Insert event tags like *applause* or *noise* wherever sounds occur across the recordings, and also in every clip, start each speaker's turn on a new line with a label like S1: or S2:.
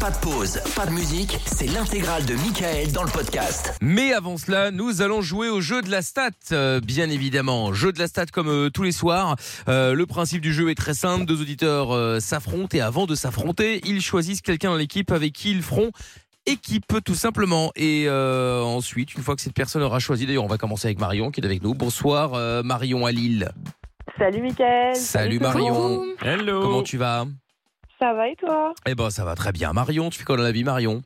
S1: Pas de pause, pas de musique, c'est l'intégrale de Michael dans le podcast.
S2: Mais avant cela, nous allons jouer au jeu de la stat, euh, bien évidemment. Jeu de la stat comme euh, tous les soirs. Euh, le principe du jeu est très simple. Deux auditeurs euh, s'affrontent et avant de s'affronter, ils choisissent quelqu'un dans l'équipe avec qui ils feront équipe tout simplement. Et euh, ensuite, une fois que cette personne aura choisi, d'ailleurs on va commencer avec Marion qui est avec nous. Bonsoir euh, Marion à Lille.
S3: Salut Mickaël.
S2: Salut,
S3: tout le monde.
S2: Marion.
S4: Hello
S2: Comment tu vas
S3: Ça va et toi
S2: Eh ben ça va très bien. Marion, tu fais quoi dans la vie Marion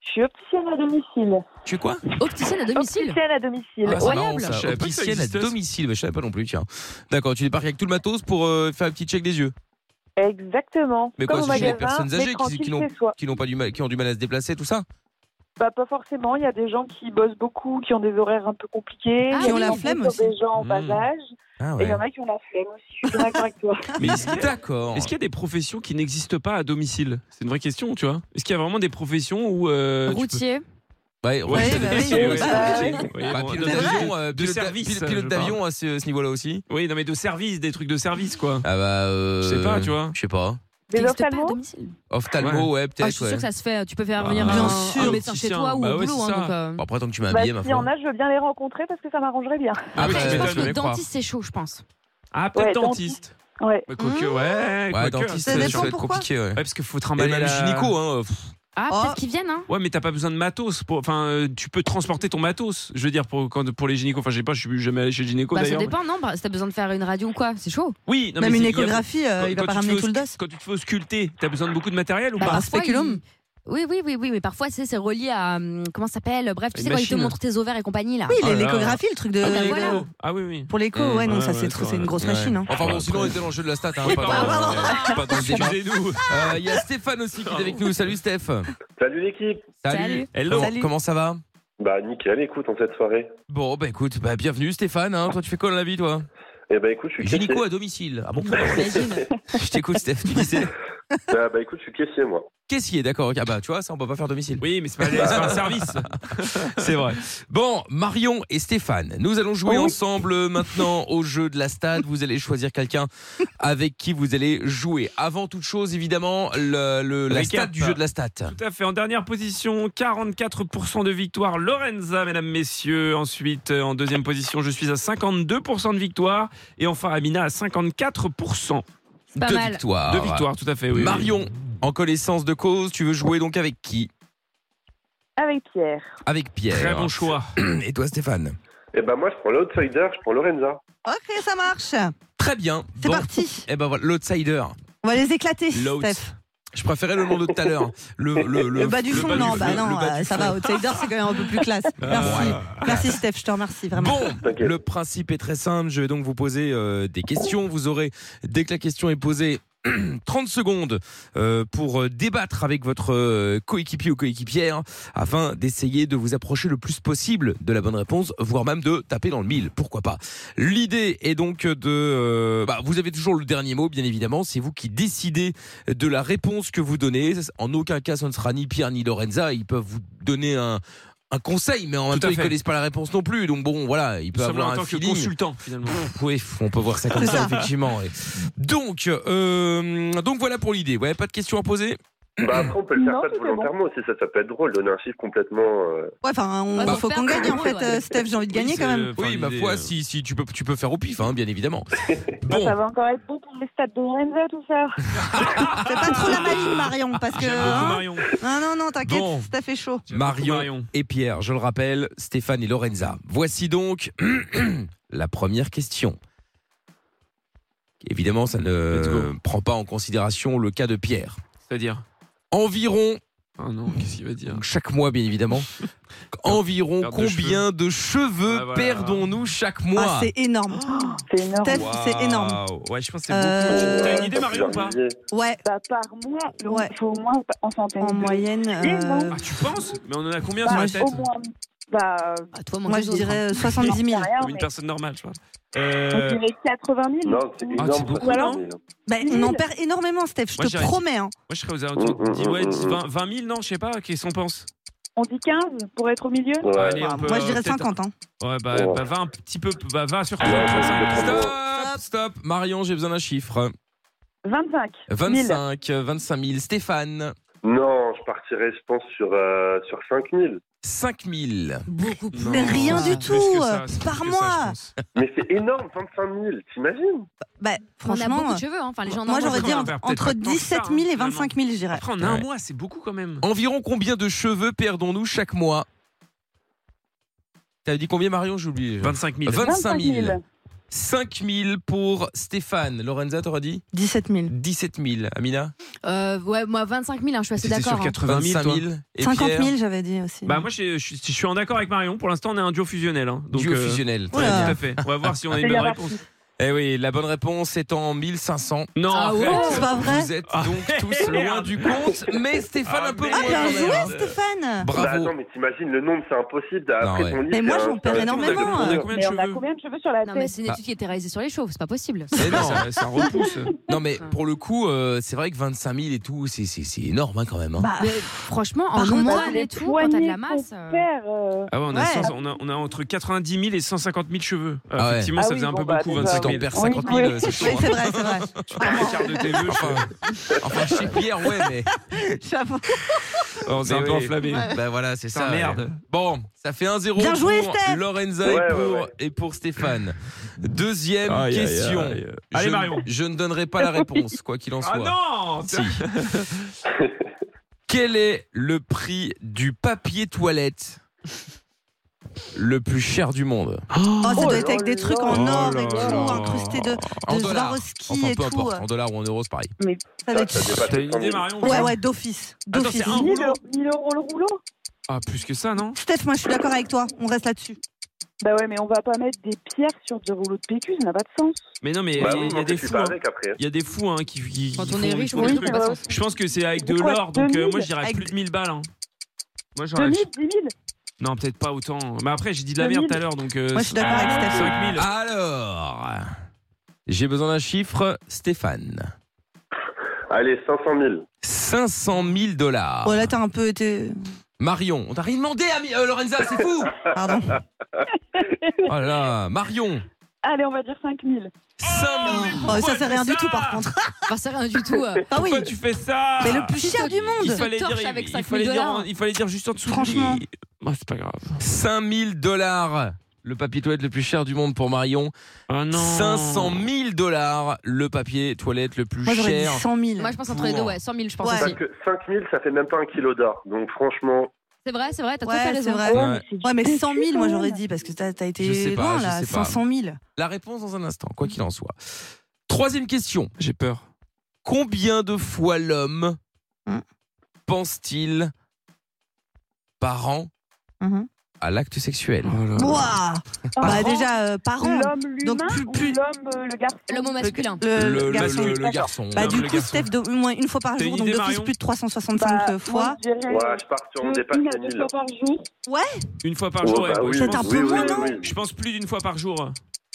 S3: Je suis opticienne à domicile.
S2: Tu es quoi
S5: Opticienne à domicile
S3: Opticienne à domicile.
S2: Ah,
S3: Ouais.
S2: c'est marrant, ça.
S4: Je savais pas que ça
S2: Opticienne à
S4: existait, ça.
S2: domicile, mais je savais pas non plus, tiens. D'accord, tu débarques avec tout le matos pour euh, faire un petit check des yeux,
S3: Exactement.
S2: Mais
S3: Comme
S2: quoi,
S3: au
S2: c'est chez les
S3: magasin,
S2: personnes
S3: mais
S2: âgées qui-
S3: tranquille
S2: qui n'ont-
S3: chez soi.
S2: qui n'ont pas du mal, qui ont du mal à se déplacer, tout ça.
S3: Bah, pas forcément. Il y a des gens qui bossent beaucoup, qui ont des horaires un peu compliqués.
S5: Ah,
S3: Il y
S5: qui
S3: a
S5: ont la
S3: des gens
S5: flemme
S3: qui ont
S5: aussi.
S3: des gens
S2: Mmh.
S3: en bas
S4: Mm.
S3: âge.
S2: Ah
S3: Et il y en a qui ont la flemme aussi. Je suis d'accord avec
S5: *laughs*
S3: toi.
S4: Mais est-ce qu'il y, a-
S2: D'accord.
S4: est-ce qu'il y a des professions qui n'existent pas à domicile C'est une vraie question, tu vois. Est-ce qu'il y a vraiment des professions où. euh, tu
S5: Routier.
S2: Ouais,
S4: peux-
S2: ouais.
S5: Ouais,
S4: c'est
S5: bah
S4: des
S5: oui,
S4: métiers,
S5: oui,
S4: ouais,
S5: bah
S4: c'est des
S3: oui.
S4: métiers. Oui,
S2: Bah,
S4: bon,
S2: pilote
S4: de-
S2: d'avion, euh,
S4: de
S2: pilote d'a-
S4: service,
S2: pil-
S4: je
S2: pilote
S4: parle.
S2: d'avion à ce, ce niveau-là aussi.
S4: Oui, non, mais de service, des trucs de service, quoi.
S2: Ah bah. euh,
S4: Je sais pas, tu vois.
S2: Je sais pas.
S3: Des
S5: T'existes pas à
S3: ophtalmos
S5: domicile.
S2: Ophtalmo, ouais, peut-être.
S5: Ah, je suis
S2: ouais.
S5: sûre que ça se fait. Tu peux faire
S4: Bah,
S5: venir
S4: bien
S5: un,
S4: sûr,
S5: un médecin chez
S4: opticien.
S5: toi ou
S4: Bah
S5: au
S4: ouais,
S5: boulot.
S4: c'est
S5: hein,
S4: ça.
S5: donc, euh,
S2: Bon, après, tant que tu m'as
S3: bah,
S2: habillé, ma
S3: S'il y en a, je veux bien les rencontrer parce que ça m'arrangerait bien.
S4: Ah,
S2: bah,
S5: Après, je
S2: bah,
S5: pense
S2: tu
S5: que
S2: vas
S5: dentiste, c'est chaud, je pense.
S4: Ah, peut-être
S3: Ouais,
S4: dentiste.
S3: Ouais.
S4: Ouais,
S5: Mmh.
S4: Quoique, ouais.
S2: Ouais,
S4: quoique,
S2: dentiste, ça
S4: c'est sûr.
S2: va
S6: dépend
S2: être
S6: pourquoi.
S2: compliqué, ouais.
S4: Ouais, parce qu'il faut
S2: Et
S4: trimballer
S2: même
S4: la...
S2: gynéco, hein. pff.
S5: Ah,
S6: Oh.
S5: peut-être qu'ils viennent, hein
S4: Ouais, mais t'as pas besoin de matos. Pour... Enfin, euh, tu peux transporter ton matos. Je veux dire, pour, quand, pour les gynécos. Enfin, je sais pas, je suis jamais allé chez le gynéco
S5: Bah, ça
S4: d'ailleurs.
S5: dépend, non bah, Si t'as besoin de faire une radio ou quoi, c'est chaud.
S4: Oui, non,
S6: Même
S4: mais
S6: une
S4: c'est- il y a-
S6: échographie, euh,
S4: quand-
S6: il va
S4: quand
S6: pas
S4: tu te
S6: ramener
S4: fais
S6: tout le
S4: auscul-
S6: dos.
S4: Quand tu te fais ausculter, t'as besoin de beaucoup de matériel ou
S6: Bah,
S4: pas
S6: un spéculum.
S5: il- Oui, oui, oui, oui, mais parfois, tu sais, c'est relié à. hum, Comment ça s'appelle Bref, tu
S4: Une
S5: sais, quand ils te
S4: machine.
S5: montrent tes ovaires et compagnie, là.
S6: Oui,
S4: Oh là là.
S6: l'échographie, le truc de.
S5: Ah, bah,
S6: de-
S5: voilà.
S4: Ah oui, oui.
S6: Pour l'écho,
S2: Mmh.
S6: ouais, non,
S4: Ouais,
S6: ça
S4: ouais,
S6: c'est trop-
S4: c'est
S6: c'est une
S4: vrai.
S6: grosse machine. hein.
S2: Enfin bon, sinon, on était dans le jeu de la stat, hein. Pas dans-
S4: *laughs*
S2: pas dans le débat.
S4: Excusez-nous.
S2: Euh, Il y a Stéphane aussi qui est avec nous. Salut, Steph.
S7: Salut l'équipe
S5: Salut.
S4: Hello.
S2: Comment, comment ça va
S7: Bah nickel, écoute, en cette soirée.
S2: Bon, bah écoute, bah, bienvenue Stéphane. hein. Toi, tu fais quoi dans la vie, toi
S7: Eh bah écoute, je suis caissier.
S2: Gynéco à domicile. Ah bon
S5: Imagine.
S2: Je t'écoute, Steph. Tu disais.
S7: Ah, bah écoute, je suis caissier moi.
S2: Caissier, d'accord. ok. Ah bah, tu vois, ça, on peut pas faire domicile.
S4: Oui, mais c'est pas, c'est pas un service.
S2: C'est vrai. Bon, Marion et Stéphane, nous allons jouer
S3: Oh oui.
S2: ensemble euh, maintenant au jeu de la stade. Vous allez choisir quelqu'un avec qui vous allez jouer. Avant toute chose, évidemment, le, le- la
S4: Récap.
S2: stade du jeu de la stade.
S4: Tout à fait. En dernière position, 44% de victoire. Lorenza, mesdames, messieurs. Ensuite, euh, en deuxième position, je suis à 52% de victoire. Et enfin, Amina à 54%.
S5: C'est pas
S2: Deux
S5: mal.
S2: victoires.
S4: de victoire, tout à fait. Oui, oui.
S2: Ah, Marion, en connaissance de cause, tu veux jouer donc avec qui
S3: Avec Pierre.
S2: Avec Pierre.
S4: Très bon choix.
S2: Et toi, Stéphane
S7: Eh bah moi je prends l'outsider, je prends Lorenza.
S6: Ok, ça marche.
S2: Très bien.
S6: C'est
S2: Donc,
S6: parti.
S2: Eh ben voilà, l'outsider.
S6: On va les éclater,
S4: L'out.
S6: Steph.
S2: Je préférais le nom de tout à l'heure. Le, le,
S6: Le bas du
S4: le
S6: fond,
S4: bas du
S6: non,
S4: fond,
S6: bah
S4: le
S6: non,
S4: bas
S6: euh,
S4: du
S6: ça
S4: fond.
S6: va. Outsider, c'est quand même un peu plus classe. Merci. Merci, Steph, je te remercie vraiment. *laughs*
S2: Bon,
S7: T'inquiète.
S2: le principe est très simple. Je vais donc vous poser euh, des questions. Vous aurez, dès que la question est posée, *clears throat* 30 secondes euh, pour euh, débattre avec votre euh, coéquipier ou coéquipière afin d'essayer de vous approcher le plus possible de la bonne réponse, voire même de taper dans le mille, pourquoi pas. L'idée est donc de... euh, bah, vous avez toujours le dernier mot, bien évidemment, c'est vous qui décidez de la réponse que vous donnez. En aucun cas, ce ne sera ni Pierre ni Lorenza, ils peuvent vous donner un... un conseil, mais en même
S4: Tout à
S2: temps, ils
S4: fait.
S2: connaissent pas la réponse non plus. Donc bon, voilà, ils
S4: Nous
S2: peuvent
S4: sommes là
S2: avoir un
S4: en tant que
S2: feeling.
S4: consultant, finalement.
S2: Oui, on peut voir ça comme
S6: C'est
S2: ça,
S6: ça.
S2: effectivement. ouais. Donc, euh, donc voilà pour l'idée. Ouais, pas de questions à poser.
S7: Bah après on peut le faire
S3: Non,
S7: pas de
S3: tout est bon.
S7: volontairement aussi, ça, ça peut être drôle, donner un chiffre complètement... euh,
S6: Ouais, enfin,
S5: Bah,
S6: on faut
S5: faut
S6: qu'on
S5: faire
S6: gagne en
S5: un
S6: fait,
S5: peu,
S6: euh,
S5: ouais.
S6: Steph, j'ai envie de gagner
S4: c'est
S6: quand même.
S4: le- enfin,
S2: Oui, ma
S4: l'idée,
S2: foi,
S4: euh,
S2: si, si tu peux, tu peux faire au pif, hein, bien évidemment.
S4: *laughs*
S3: Ça,
S2: Bon,
S3: ça va encore être bon pour les stats de Lorenza, tout
S5: *laughs*
S3: ça.
S6: Fais pas trop la maligne, Marion, parce que.
S4: J'aime beaucoup
S6: hein,
S4: Marion.
S6: Non, non, non, t'inquiète,
S2: Bon.
S6: Steph est chaud.
S4: J'aime beaucoup
S2: Marion et Pierre, je le rappelle, Stéphane et Lorenza. Voici donc *clears throat* la première question. Évidemment, ça
S4: Let's
S2: ne
S4: go.
S2: prend pas en considération le cas de Pierre.
S4: C'est-à-dire
S2: Environ,
S4: Ah non, qu'est-ce qu'il va dire
S2: donc chaque mois bien
S4: *laughs*
S2: évidemment, environ
S4: Perte de
S2: combien de cheveux,
S4: Ah, voilà.
S2: perdons-nous chaque
S6: Ah,
S2: mois
S6: c'est énorme.
S3: C'est énorme.
S6: Steph, c'est énorme.
S4: Ouais, je pense que c'est
S6: Euh,
S4: beaucoup. T'as une idée, Marion, ou pas
S7: plusieurs milliers.
S6: Ouais,
S3: Bah, par mois, il
S6: Ouais.
S3: faut au moins en centaines.
S6: en
S3: de-
S6: moyenne. euh,
S2: Bah,
S4: Ah, tu penses Mais on en a combien sur
S3: Bah,
S4: la tête
S3: au moins. Bah,
S5: Ah, toi, moins
S6: Moi,
S5: que
S6: je
S5: les autres, hein.
S6: dirais euh,
S3: j'en sais
S6: 70 000.
S3: rien,
S4: Comme une
S3: mais
S4: personne normale, je pense.
S3: on
S4: Euh,
S3: dirait 80 000.
S7: Non, c'est
S4: Ah,
S7: énorme.
S4: c'est
S7: ça,
S4: beaucoup,
S7: c'est
S3: non
S7: énorme.
S6: Bah, on en perd énormément, Steph, je
S4: Moi,
S6: te
S4: j'irais-
S6: près. hein.
S4: Moi, je serais aux alentours de
S7: Mm, mm,
S4: 10, ouais,
S7: mm,
S4: 10,
S7: mm.
S4: 20, 20 000, non, je sais pas. Qu'est-ce qu'on pense
S3: On dit 15 pour être au milieu
S7: Ouais.
S4: Allez,
S6: Enfin,
S4: on peut,
S6: Bah, moi, je dirais
S4: euh, peut-être-
S6: 50. Hein.
S4: Ouais, bah,
S7: Ouais.
S4: bah, 20 un petit peu. Bah, 20 sur 30.
S7: Ouais, ouais, ouais.
S2: Stop, stop, Marion, j'ai besoin d'un chiffre.
S3: 25 000.
S2: 25, 25 000. Stéphane,
S7: Non, je partirais, je pense, sur, euh, sur 5000.
S2: 5000.
S6: Beaucoup
S4: Non,
S6: Mais rien
S4: c'est
S5: hein.
S6: du
S4: plus
S6: tout, euh,
S4: que ça, c'est
S6: par
S4: plus que ça, je
S6: mois.
S4: pense.
S7: Mais c'est énorme, 25 000, t'imagines
S6: Bah,
S5: on a
S6: franchement,
S4: euh.
S5: beaucoup de cheveux, hein. enfin les gens en
S6: moi
S5: ont
S6: j'aurais
S5: beaucoup.
S6: dit
S4: on en
S6: en-
S4: perd peut-être
S6: entre
S4: pas tant que ça,
S6: 17 000 et
S4: finalement.
S6: 25 000, je dirais.
S4: Après, on a un
S2: Ouais.
S4: mois, c'est beaucoup quand même.
S2: Environ combien de cheveux perdons-nous chaque mois T'avais dit combien Marion J'ai oublié.
S4: 25
S6: Bah,
S4: 000.
S2: 25 000. 5 000 pour Stéphane. Lorenza, t'aurais dit
S6: 17 000.
S2: 17 000. Amina
S5: Euh, ouais, moi 25 000,
S3: Bah,
S5: hein, je suis assez
S4: C'était
S5: d'accord.
S4: sur
S5: hein.
S4: 80 000,
S2: 25
S4: toi.
S2: 000. Et
S6: 50
S2: Pierre
S6: 000, j'avais dit aussi.
S4: euh, Bah moi je, je- je suis en accord avec Marion, pour l'instant on est un duo fusionnel. hein. Donc,
S2: Duo
S4: euh,
S2: fusionnel.
S4: ouais,
S2: Très
S6: Oula.
S4: tout
S2: bien.
S4: à fait. On va voir si on Ah, a
S3: C'est
S4: une bonne
S3: hiérarchique.
S4: réponse.
S2: Eh oui, la bonne réponse est en 1500.
S4: Non,
S5: Ah ouais
S4: arrête.
S6: Oh, C'est pas vrai
S2: Vous êtes
S4: Ah.
S2: donc tous loin du compte, mais Stéphane
S4: Ah,
S2: un peu
S4: merde.
S2: loin.
S6: Ah, bien
S2: quand même.
S6: joué, Stéphane
S7: Bah
S2: Bravo.
S7: attends, mais t'imagines, le nombre, c'est impossible. Après
S2: ouais.
S7: ton livre,
S6: Mais moi,
S7: c'est un-
S6: j'en perds
S7: c'est un-
S6: énormément. euh.
S4: On a combien de
S3: Mais on a
S4: cheveux Eh
S3: combien de cheveux sur la
S5: Non, mais
S3: tête
S5: c'est une
S2: Bah.
S5: étude qui était réalisée sur les chauves, c'est pas possible.
S2: Mais Eh
S6: *laughs*
S2: non,
S4: ça, ça repousse.
S2: non, mais pour le coup, euh, c'est vrai que 25 000 et tout, c'est- c'est c'est énorme hein, quand même. hein.
S5: *laughs*
S6: Bah,
S5: Mais franchement, en
S6: Par
S5: une
S6: contre,
S5: moine
S3: les
S5: et tout, quand t'as de la
S3: poignées
S5: masse.
S3: qu'on
S5: euh,
S3: perd, euh,
S4: Ah ouais, on a,
S6: Ouais.
S4: 500 on a- on a entre 90 000 et 150 000 cheveux. Euh,
S2: Ah ouais.
S4: Effectivement,
S3: Ah
S4: ça
S3: oui,
S4: faisait un
S3: bon,
S4: peu
S3: bah,
S4: beaucoup,
S3: déjà,
S2: Si
S4: 25 000.
S2: t'en perds 50 000, euh, c'est chaud.
S6: oui,
S2: hein.
S6: c'est vrai, c'est vrai.
S4: Tu perds un quart de tes vœux.
S2: Enfin, chez Pierre, ouais,
S4: *laughs*
S2: mais.
S6: J'avoue.
S4: On s'est
S2: Mais
S4: un peu
S2: oui.
S4: enflammé.
S2: Bah voilà, c'est ça.
S4: Putain, merde.
S2: Bon, ça fait 1-0
S6: Bien
S2: pour
S6: joué, Steph.
S2: Lorenza
S7: Ouais,
S2: et, pour,
S7: ouais, ouais.
S2: et pour Stéphane. Deuxième
S4: Aïe, aïe,
S2: question.
S4: aïe. Allez,
S2: je,
S4: Marion.
S2: Je ne donnerai pas la réponse, quoi qu'il en soit.
S4: Ah non
S2: Si. Quel est le prix du papier toilette le plus cher du monde
S6: Oh, ça
S3: Oh
S6: doit
S3: là
S6: être avec
S3: là
S6: des trucs en
S4: là
S6: or et tout,
S4: là.
S6: incrustés de,
S2: En
S6: de
S2: dollars.
S6: Swarovski
S2: Enfin,
S6: et
S2: peu
S6: tout.
S2: importe, en dollars ou en euros, c'est pareil.
S6: Ça doit
S7: Ça,
S6: être-
S7: ça dépasse
S4: T'as une
S7: 100 000.
S4: idée, Marion
S6: Ouais, ouais, d'office.
S4: Attends,
S6: D'office.
S4: c'est un
S3: 1000 euros, 1000 euros le rouleau
S4: Ah, plus que ça, non
S6: Steph, moi je suis d'accord avec toi, on reste là-dessus.
S3: Bah ouais, mais on va pas mettre des pierres sur des rouleaux de PQ, ça n'a pas de sens.
S4: Mais non, mais il
S7: Bah
S4: y a-
S7: oui,
S4: il y,
S7: non,
S4: a des
S7: tu
S4: fous.
S7: pars
S4: hein.
S7: avec après.
S4: Il y a des fous hein, qui, qui- qui
S5: Quand
S4: font-
S5: on est
S4: qui
S5: riche,
S4: font
S5: on
S4: des
S5: est
S4: trucs.
S5: pas
S3: euh,
S4: Je pense que c'est avec de
S3: Pourquoi
S4: l'or, donc euh, moi je
S3: 2000?
S4: dirais
S6: Avec
S4: plus de 1000 balles. hein. Moi j'aurais.
S3: 2000, 10 000
S4: Non, peut-être pas autant. Mais après, j'ai dit de la merde tout à l'heure, donc. euh,
S6: Moi je suis d'accord avec Steph.
S4: 5000.
S1: Ah,
S2: Alors, j'ai besoin d'un chiffre, Stéphane.
S7: Allez, 500 000.
S2: 500 000
S4: Ah.
S2: dollars.
S6: Oh là, t'as un peu été.
S2: Ah. Marion, on t'a rien demandé, ami- euh, Lorenza, c'est
S4: *laughs*
S2: fou
S6: Pardon.
S2: Oh là là, Marion,
S3: Allez, on va dire 5000.
S2: 5 000
S6: Oh, ça, c'est rien du tout par contre.
S5: Enfin, c'est rien du tout. euh,
S6: Ah oui,
S4: Pourquoi tu fais ça
S6: mais le plus
S4: Ah.
S6: cher du
S4: Il
S6: monde.
S4: fallait,
S5: torche
S4: dire,
S5: avec
S4: il
S5: 5000
S4: fallait dire en-
S5: dollars.
S4: il fallait dire juste en dessous.
S6: Franchement.
S4: Et- Bah, c'est pas grave.
S2: 5000 dollars. Le papier toilette le plus cher du monde pour Marion.
S4: Ah non.
S2: 500 000 dollars. Le papier toilette le plus
S6: Moi j'aurais dit
S2: cher.
S6: 100 000.
S5: Moi, je pense entre les deux, ouais, 100 000, je pense
S6: Ouais.
S5: aussi.
S7: Parce que 5 000, ça fait même pas un kilo d'or. Donc franchement,
S5: C'est vrai, c'est vrai, t'as tout à fait
S6: Ouais, c'est
S5: raison.
S6: vrai.
S2: Ouais.
S6: Ouais, mais 100 000, moi
S3: quand
S6: j'aurais
S3: même.
S6: dit, parce que t'as t'as
S2: Je sais
S6: été
S2: pas,
S6: loin
S2: je
S6: là,
S2: sais pas.
S6: 500 000.
S2: La réponse dans un instant, quoi qu'il en soit. Troisième question.
S4: J'ai peur.
S2: Combien de fois l'homme
S6: Hum.
S2: pense-t-il par an
S6: Mhm.
S2: à l'acte sexuel
S4: Oh
S6: Ouah Bah, déjà, euh, par an.
S3: Ah, L'homme, l'humain,
S6: Donc, plus-
S3: ou
S6: plus-
S3: l'homme, euh, le garçon
S5: L'homme au masculin.
S6: Le, le
S2: le,
S6: euh, garçon.
S2: le- le garçon.
S6: Bah,
S4: Non,
S6: du
S4: le
S6: coup,
S4: garçon.
S6: Steph, de- au moins une fois par
S4: T'as
S6: jour,
S4: une
S6: donc
S4: idée,
S6: d'office
S4: Marion
S6: plus de 365
S3: Bah,
S6: euh, fois.
S3: moi, je dirais,
S7: ouais, je pars sur on
S3: euh,
S7: dépasse
S3: une à
S7: les
S3: deux
S7: 1000.
S3: fois par jour.
S4: Une fois par
S7: Oh,
S4: jour. ouais,
S7: bah
S4: moi,
S7: oui,
S4: Ah, je,
S6: Peut-être un
S4: pense,
S7: oui,
S6: peu
S7: oui,
S6: moins,
S7: oui,
S6: non
S7: oui.
S4: je pense plus d'une fois par jour.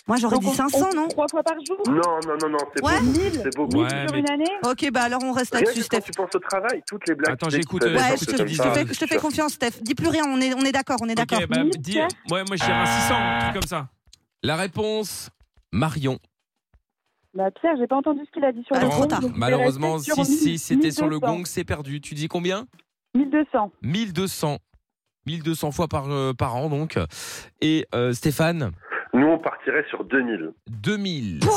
S6: Moi j'aurais dit
S3: Donc, on-
S6: 500,
S3: on-
S6: non
S3: Trois fois par jour
S7: Non, non, non, non, c'est
S6: Ouais.
S7: beaucoup.
S3: 1000
S7: C'est beaucoup.
S4: Ouais,
S3: sur
S4: mais-
S3: une année
S6: Ok, bah alors on reste
S7: Rien que
S6: là-dessus,
S7: quand
S6: Steph.
S7: tu penses au travail, toutes les blagues.
S4: Attends,
S7: tu sais
S4: j'écoute,
S7: que
S4: euh,
S7: t'as
S6: Ouais,
S7: des
S6: je
S7: choses
S6: te,
S7: comme
S6: je te
S7: ça.
S6: fais, je te fais confiance, Steph. Dis plus rien, on est, on est d'accord, on est d'accord.
S4: Ok, bah,
S3: Mille,
S4: dis-
S3: Pierre
S4: ouais, moi je dirais un 600, un truc comme ça.
S2: La réponse, Marion.
S3: Bah Pierre, j'ai pas entendu ce qu'il a dit sur
S6: Ah,
S3: le
S6: trop
S3: gong,
S6: tard.
S3: donc je vais
S2: Malheureusement,
S3: rester
S2: si,
S3: sur
S2: si
S3: 1000,
S2: c'était sur le
S3: 1200.
S2: gong, c'est perdu. Tu dis combien
S3: 1200.
S2: 1200. 1200 fois par, euh, par an, donc. Et euh, Stéphane,
S7: Nous, on partirait sur 2000.
S2: 2000.
S6: Pouah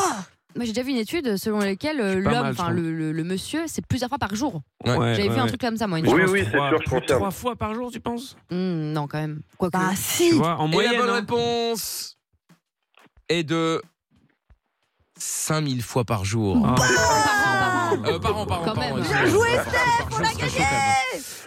S5: Moi, j'ai déjà vu une étude selon laquelle euh,
S4: suis pas
S5: l'homme,
S4: mal, je
S5: enfin
S4: trouve.
S5: le, le- le monsieur, c'est plusieurs fois par jour.
S2: Ouais.
S5: J'avais vu un truc comme ça, moi. Une
S7: Oui,
S5: fois.
S7: oui, c'est sûr, je confirme.
S4: Trois fois par jour, tu penses
S5: Hmm, non, quand même. Quoique.
S6: Bah
S4: Tu
S6: si
S4: vois, en
S2: Et
S4: moyenne.
S2: la bonne
S4: hein.
S2: réponse est de 5000 fois par jour.
S4: Ah,
S5: par an, par an.
S2: Euh, par an, par an,
S5: Quand
S2: par an.
S5: même.
S2: excusez-moi.
S6: Bien joué,
S2: Par an, par an, par an,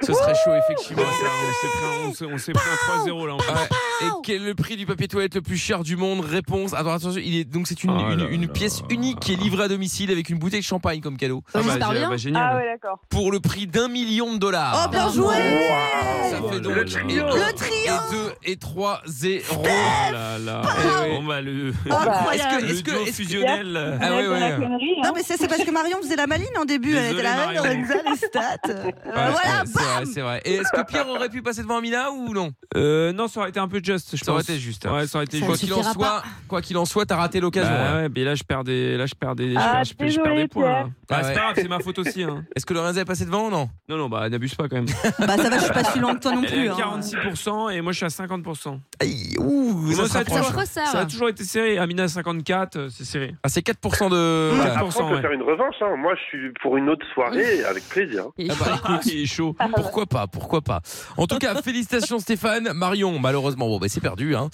S2: Ce serait chaud, quand même. Ce serait chaud, effectivement.
S4: ouais, ça, on s'est pris un- on s'est- on s'est pris un 3-0 là. en fait.
S2: Ouais. Et quel est le prix du papier toilette le plus cher du monde Réponse. Attends, attention, il est donc c'est une,
S4: Oh
S2: une-
S4: là
S2: une
S4: là.
S2: pièce unique qui est livrée à domicile avec une bouteille de champagne comme cadeau
S5: Ah,
S4: bah,
S5: j'espère
S4: gé-
S5: bien.
S4: bah,
S3: Ah
S4: génial.
S3: ouais, d'accord.
S2: pour le prix d'un million de dollars.
S6: Oh, bien joué
S2: Ça
S7: bah,
S4: Oh
S2: fait
S4: là
S2: donc
S4: là.
S2: et
S4: Le
S2: deux-
S6: Le trio
S2: et 2 et 3 0.
S4: Oh là là.
S2: Eh oui.
S4: On va le.
S6: Incroyable
S2: Est-ce que-
S4: Le duo
S2: est-ce que-
S4: fusionnel. euh,
S2: Ah
S3: On
S2: ouais,
S3: est dans la
S2: ouais.
S3: connerie, hein.
S6: Non mais ça, c'est parce que Marion faisait la Maline en début, elle était
S4: Désolé,
S6: là,
S4: Marie-Laure.
S6: Lorenza, les stats. Euh,
S4: Ouais,
S6: voilà,
S2: c'est vrai, c'est vrai. Et est-ce que Pierre aurait pu passer devant Amina ou non
S4: Euh, non, ça aurait été un peu juste, je
S2: Ça aurait
S4: pense.
S2: été juste.
S4: Ouais, ça aurait été
S5: Ça
S2: Quoi
S5: ne
S4: juste.
S2: qu'il en
S5: suffira
S2: soit, quoi qu'il en soit, t'as raté l'occasion.
S4: Bah
S2: hein.
S4: ouais, mais là je perds des, là je perds des, je
S3: Ah,
S4: perds- je, perds- je perds
S3: désolé,
S4: des points. là.
S3: Pierre.
S4: Bah,
S2: Ah
S4: c'est
S2: ouais.
S4: pas grave, c'est ma faute aussi. hein.
S2: Est-ce que Lorenza est passé devant ou non
S4: Non, non, bah n'abuse pas quand même.
S6: Bah ça va, je suis pas si loin que toi non
S4: Elle est
S6: plus.
S4: à
S6: hein.
S4: 46% et moi je suis à 50%.
S2: Aïe, ouh,
S4: Comment
S2: ça se
S4: ça, tu
S5: Ça
S2: rapproche.
S5: se resserre.
S4: Ça a toujours été serré. Amina 54, euh, c'est serré.
S2: Ah, c'est 4% de. Ah,
S4: Ouais.
S2: Voilà.
S7: Après, on
S4: 100%,
S7: peut
S4: ouais.
S7: faire une revanche. hein. Moi, je suis pour une autre soirée avec plaisir.
S5: Et
S2: Ah bah, écoute,
S4: Il est chaud.
S2: *laughs* Pourquoi pas, pourquoi pas. En tout cas, félicitations Stéphane. Marion, malheureusement, bon, bah, c'est perdu. Hein.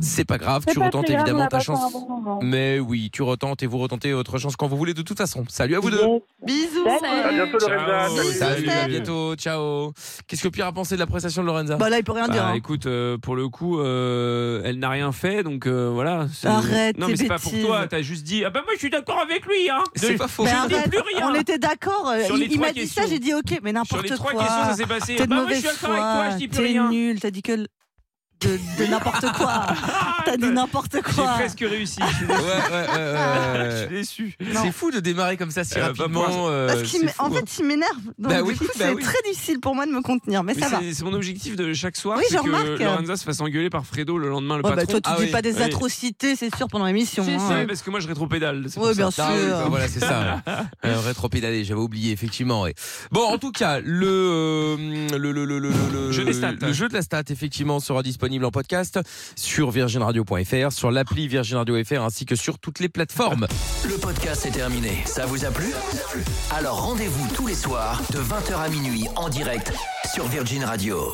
S2: C'est pas grave,
S3: C'est
S2: tu
S3: pas
S2: retentes
S3: très grave, on
S2: évidemment
S3: a
S2: ta
S3: passé
S2: chance. Mm.
S3: un bon moment.
S2: Mais oui, tu retentes et vous retentez votre chance quand vous voulez de toute façon. Salut à vous deux.
S3: Yes.
S6: Bisous.
S5: Salut.
S7: À bientôt,
S4: Ciao.
S7: Lorenza.
S6: Bisous,
S2: Salut, à
S6: Steph.
S2: bientôt, ciao. Qu'est-ce que Pierre a pensé de la prestation de Lorenza
S6: Bah là, il peut rien dire.
S4: Bah,
S6: hein.
S4: écoute, euh, pour le coup, euh, elle n'a rien fait, donc euh, voilà. c'est-
S6: Arrête
S4: Non,
S6: tes
S4: mais c'est pas pour
S6: bêtises.
S4: toi. T'as juste dit, ah bah moi je suis d'accord avec lui, hein.
S2: C'est pas faux.
S6: Mais
S4: dis
S6: arrête,
S4: plus rien.
S6: On était d'accord. euh,
S4: Sur les
S6: Il, il
S4: trois
S6: m'a dit ça,
S4: questions.
S6: j'ai dit ok, mais
S4: Sur
S6: n'importe
S4: les
S6: quoi.
S4: trois questions, ça s'est passé.
S6: T'es de
S4: bah moi je
S6: mauvaise
S4: suis d'accord avec toi, je
S6: foi.
S4: dis plus
S6: T'es
S4: rien.
S6: nul. T'as dit que de, de
S4: *laughs*
S6: n'importe quoi.
S4: Ah,
S6: T'as dit n'importe
S4: J'ai
S6: quoi.
S4: presque réussi.
S6: *laughs*
S4: je suis
S2: Ouais, ouais, ouais,
S6: Ah,
S4: Je
S2: ouais,
S4: suis
S2: ouais.
S4: déçu.
S2: C'est fou de démarrer comme ça si
S4: Euh, bah,
S2: rapidement. euh,
S6: Parce qu'il
S2: c'est
S6: m'é-
S2: fou,
S6: en
S2: hein.
S6: fait, il m'énerve. Donc,
S2: Bah
S6: du
S2: oui,
S6: coup,
S2: bah
S6: c'est
S2: oui.
S6: très difficile pour moi de me contenir. Mais,
S4: Mais
S6: ça va.
S4: c'est- C'est mon objectif de chaque soir,
S6: Oui,
S4: c'est
S6: je
S4: que
S6: remarque.
S4: Lorenza se fasse engueuler par Fredo le lendemain, le
S6: Ouais, bah,
S4: patron.
S6: toi, tu
S2: Ah
S6: dis
S2: oui,
S6: pas des
S4: oui.
S6: atrocités, c'est sûr, pendant l'émission.
S5: C'est
S6: hein.
S5: sûr.
S4: Ouais, parce que moi je rétropédale. c'est pour
S6: Ouais,
S4: ça.
S6: bien
S2: Ah oui,
S6: sûr.
S2: bah voilà, c'est
S6: *laughs*
S2: ça. Euh, rétropédalé, j'avais oublié, effectivement. ouais. Bon, en tout cas, le, euh, le, le, le, le, le-
S4: Jeu des stats.
S2: le jeu de la stat, effectivement, sera disponible en podcast sur virginradio.fr, sur l'appli Virgin Radio FR, ainsi que sur toutes les plateformes.
S1: Le podcast est terminé. Ça vous a plu Alors rendez-vous tous les soirs de 20h à minuit en direct sur Virgin Radio.